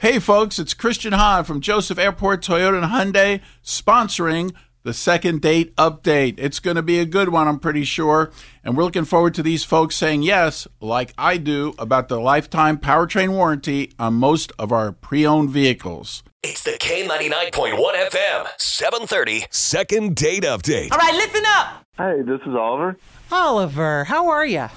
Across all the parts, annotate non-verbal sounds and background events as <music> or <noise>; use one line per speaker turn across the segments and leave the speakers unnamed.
Hey, folks, it's Christian Hahn from Joseph Airport Toyota and Hyundai sponsoring the second date update. It's going to be a good one, I'm pretty sure. And we're looking forward to these folks saying yes, like I do, about the lifetime powertrain warranty on most of our pre owned vehicles.
It's the K99.1 FM, 730.
Second date update.
All right, listen up.
Hey, this is Oliver.
Oliver, how are you?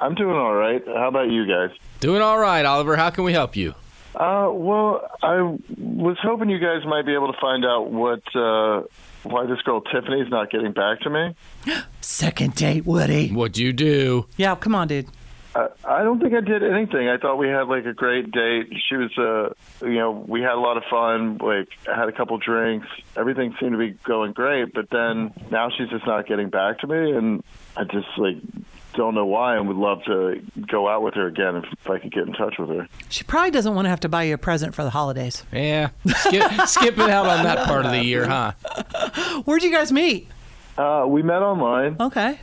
I'm doing all right. How about you guys?
Doing all right, Oliver. How can we help you?
Uh, well, I was hoping you guys might be able to find out what uh, why this girl Tiffany's not getting back to me.
Second date, Woody.
What'd you do?
Yeah, come on, dude.
I, I don't think I did anything. I thought we had like a great date. She was, uh, you know, we had a lot of fun. Like, had a couple drinks. Everything seemed to be going great. But then now she's just not getting back to me, and I just like don't know why, and would love to go out with her again if, if I could get in touch with her.
She probably doesn't want to have to buy you a present for the holidays.
Yeah, skip, skipping out on that part of the year, huh?
Where'd you guys meet?
Uh, we met online.
Okay.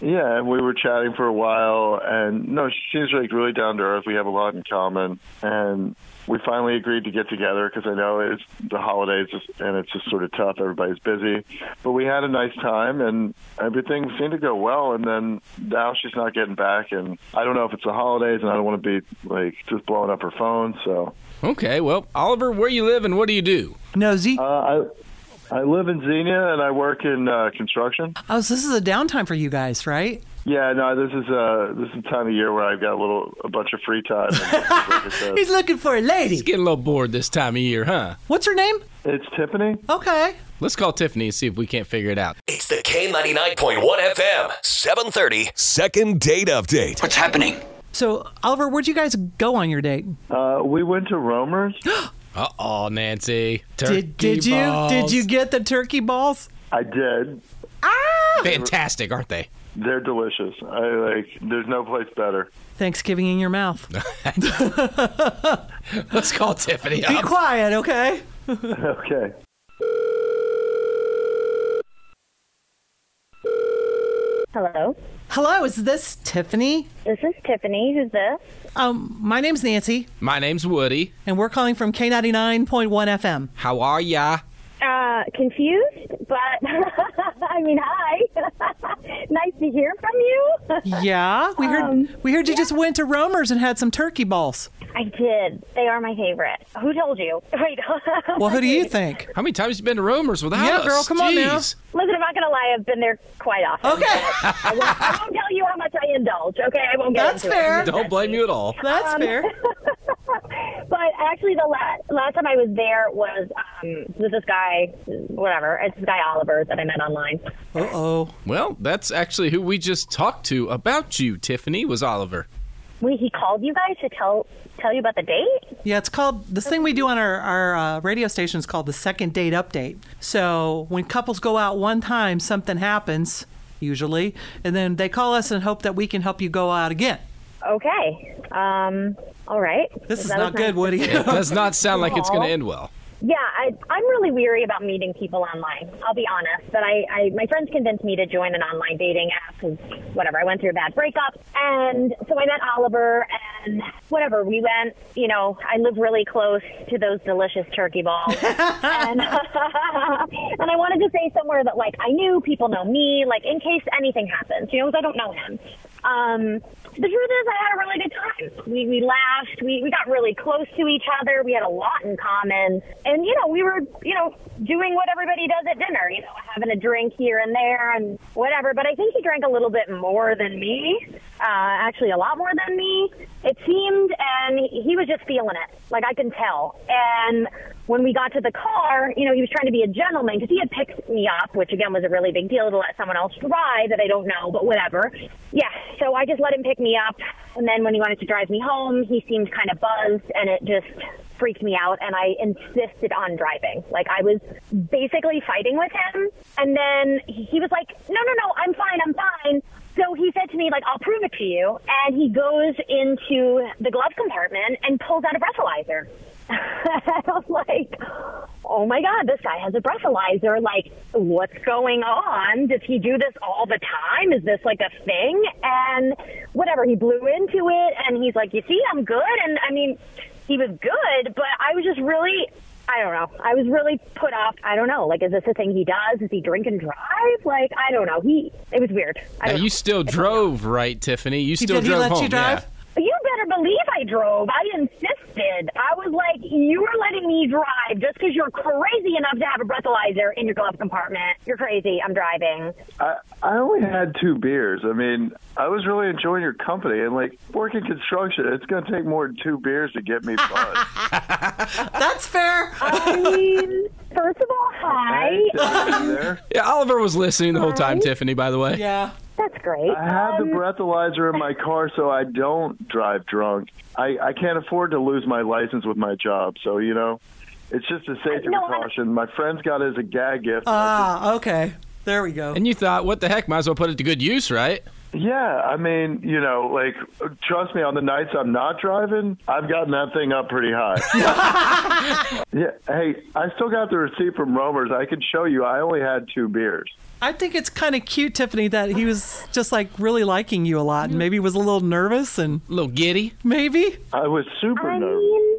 Yeah, and we were chatting for a while, and no, she seems like really down to earth. We have a lot in common, and we finally agreed to get together because I know it's the holidays and it's just sort of tough. Everybody's busy, but we had a nice time, and everything seemed to go well. And then now she's not getting back, and I don't know if it's the holidays, and I don't want to be like just blowing up her phone. So
Okay, well, Oliver, where you live and what do you do?
Nosy.
uh, I I live in Xenia, and I work in uh, construction.
oh, so this is a downtime for you guys, right?
Yeah, no, this is uh this is the time of year where I've got a little a bunch of free time. <laughs>
He's looking for a lady.
Getting a little bored this time of year, huh?
What's her name?
it's Tiffany.
Okay.
Let's call Tiffany and see if we can't figure it out.
It's the K99.1 FM, 730.
Second date update.
What's happening?
So, Oliver, where'd you guys go on your date?
Uh, we went to Romer's.
Uh oh, Nancy. Turkey
Did, did you did
balls.
you get the turkey balls? Ah!
I did.
<laughs> Fantastic, aren't they?
They're delicious. I like. There's no place better. <laughs>
Thanksgiving in your mouth. <laughs> Be
Let's call Tiffany up.
quiet, okay?
Okay.
Hello,
Hello, is this Tiffany?
this is Tiffany. Who's this?
Um, my name's Nancy,
My name's Woody.
and we're calling from K99.1 FM.
How are ya?
Uh, confused, but <laughs> I mean, hi. <laughs> nice to hear from you.
Yeah, we heard
Um,
we heard you just went to Romer's and had some turkey balls.
I did. They are my favorite. Who told you? Wait. <laughs>
Well, who do you think?
How many times you been to Romer's without
Yeah,
us?
girl, come on now.
Jeez.
Listen, I'm not gonna lie. I've been there quite often.
<laughs> Okay,
I, won't, I won't tell you how much I indulge. Okay, I won't get
That's
into it.
fair.
Don't blame you at all.
that's fair.
But actually, the last last time I was there was um, with this guy, whatever. It's this guy Oliver that I met online.
Uh oh.
Well, that's actually who we just talked to about you, Tiffany, was Oliver.
Wait, he called you guys to tell tell you about the date?
Yeah, it's called this thing we do on our our uh, radio station is called the second date update. So when couples go out one time, something happens usually, and then they call us and hope that we can help you go out again.
Okay. Um. All right.
This is
That was
not good,
nice.
Woody.
Does not sound like it's going to end well.
Yeah, I, I'm really weary about meeting people online. I'll be honest, but I, I my friends convinced me to join an online dating app 'cause whatever. I went through a bad breakup, and so I met Oliver, and whatever. We went. You know, I live really close to those delicious turkey balls, and, <laughs> and I wanted to say somewhere that like I knew people know me, like in case anything happens. You know, 'cause I don't know him. Um, the truth is, I had a really good time. We, we laughed. We, we got really close to each other. We had a lot in common. And, you know, we were, you know, doing what everybody does at dinner, you know, having a drink here and there and whatever. But I think he drank a little bit more than me, uh, actually, a lot more than me, it seemed. And he, he was just feeling it. Like, I can tell. And when we got to the car, you know, he was trying to be a gentleman because he had picked me up, which again was a really big deal to let someone else drive that I don't know, but whatever. Yeah, so I just let him pick me up. And then when he wanted to drive me home, he seemed kind of buzzed and it just freaked me out. And I insisted on driving. Like I was basically fighting with him. And then he was like, no, no, no, I'm fine, I'm fine. So he said to me, like, I'll prove it to you. And he goes into the glove compartment and pulls out a breathalyzer. <laughs> I was like, oh my God, this guy has a breathalyzer. Like, what's going on? Does he do this all the time? Is this like a thing? And whatever, he blew into it and he's like, you see, I'm good. And I mean, he was good, but I was just really, I don't know. I was really put off. I don't know. Like, is this a thing he does? Is he drink and drive? Like, I don't know. He, it was weird. I
Now,
don't
you
know.
still drove, right, Tiffany? You still
did he
drove
let
home.
you drive?
Yeah.
You better believe I drove. I insisted. I was like, you are letting me drive just because you're crazy enough to have a breathalyzer in your glove compartment. You're crazy. I'm driving.
I, I only had two beers. I mean, I was really enjoying your company, and like working construction, it's going to take more than two beers to get me buzzed.
<laughs> That's <laughs> fair.
I mean, <laughs> first of all, hi.
Right? There.
Yeah, Oliver was listening the whole time, Tiffany, by the way.
Yeah.
That's great.
I have the breathalyzer in my car, so I don't drive drunk. I, I can't afford to lose my license with my job, so you know, it's just a safety
No, I'm-
precaution. My friend's got it as a gag gift.
Ah, okay. There we go.
And you thought, what the heck? Might as well put it to good use, right?
yeah, I mean, you know, like trust me, on the nights I'm not driving, I've gotten that thing up pretty high.
<laughs>
<laughs> yeah, hey, I still got the receipt from Romer's. I can show you. I only had two beers.
I think it's kind of cute, Tiffany, that he was just like really liking you a lot and maybe was a little nervous and
A little giddy.
maybe.
I was super
I
nervous.
mean,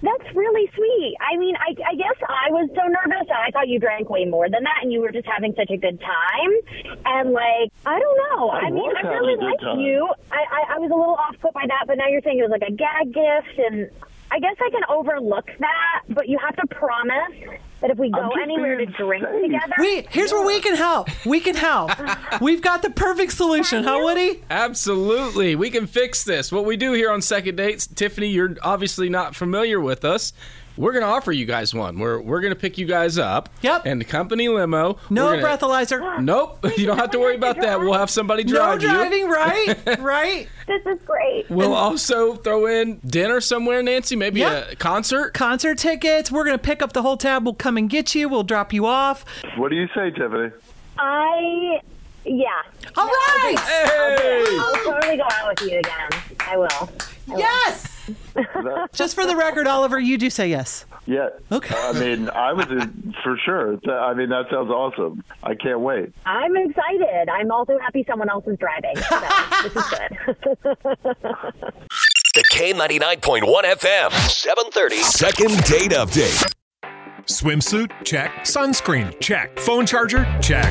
that's really sweet. I mean, I, I guess I was so nervous. I thought you drank way more than that, and you were just having such a good time. And like, I don't know.
I
I, mean,
was
I
having
really
a good
liked
time.
you. I, I, I was a little off put by that, but now you're saying it was like a gag gift, and I guess I can overlook that. But you have to promise that if we go
just
anywhere to
being
drink
safe.
together,
We here's where we can help. We can help. We've got the perfect solution, huh, Woody?
Absolutely. We can fix this. What we do here on Second Dates, Tiffany, you're obviously not familiar with us. We're going to offer you guys one. We're, we're going to pick you guys up.
Yep.
And the company limo.
No
We're gonna-
breathalyzer.
Nope. <laughs> You don't have to worry about that. We'll have somebody
No
drive you.
driving,
<laughs>
right? Right?
this is great.
We'll also throw in dinner somewhere, Nancy. Maybe a
Yep.
concert.
Concert tickets. We're gonna pick up the whole tab. We'll come and get you. We'll drop you off.
What do you say, Tiffany?
I, yeah.
All right.
Hey!
I'll totally go out with you again. I will.
Yes. Just for the record, Oliver, you do say yes.
Yeah.
Okay.
I mean, I was in, for sure. Th- I mean, that sounds awesome. I can't wait.
I'm excited. I'm also happy someone else is driving. So this is good.
The K99.1 FM, 730.
Second date update.
Swimsuit? Check. Sunscreen? Check. Phone charger? Check.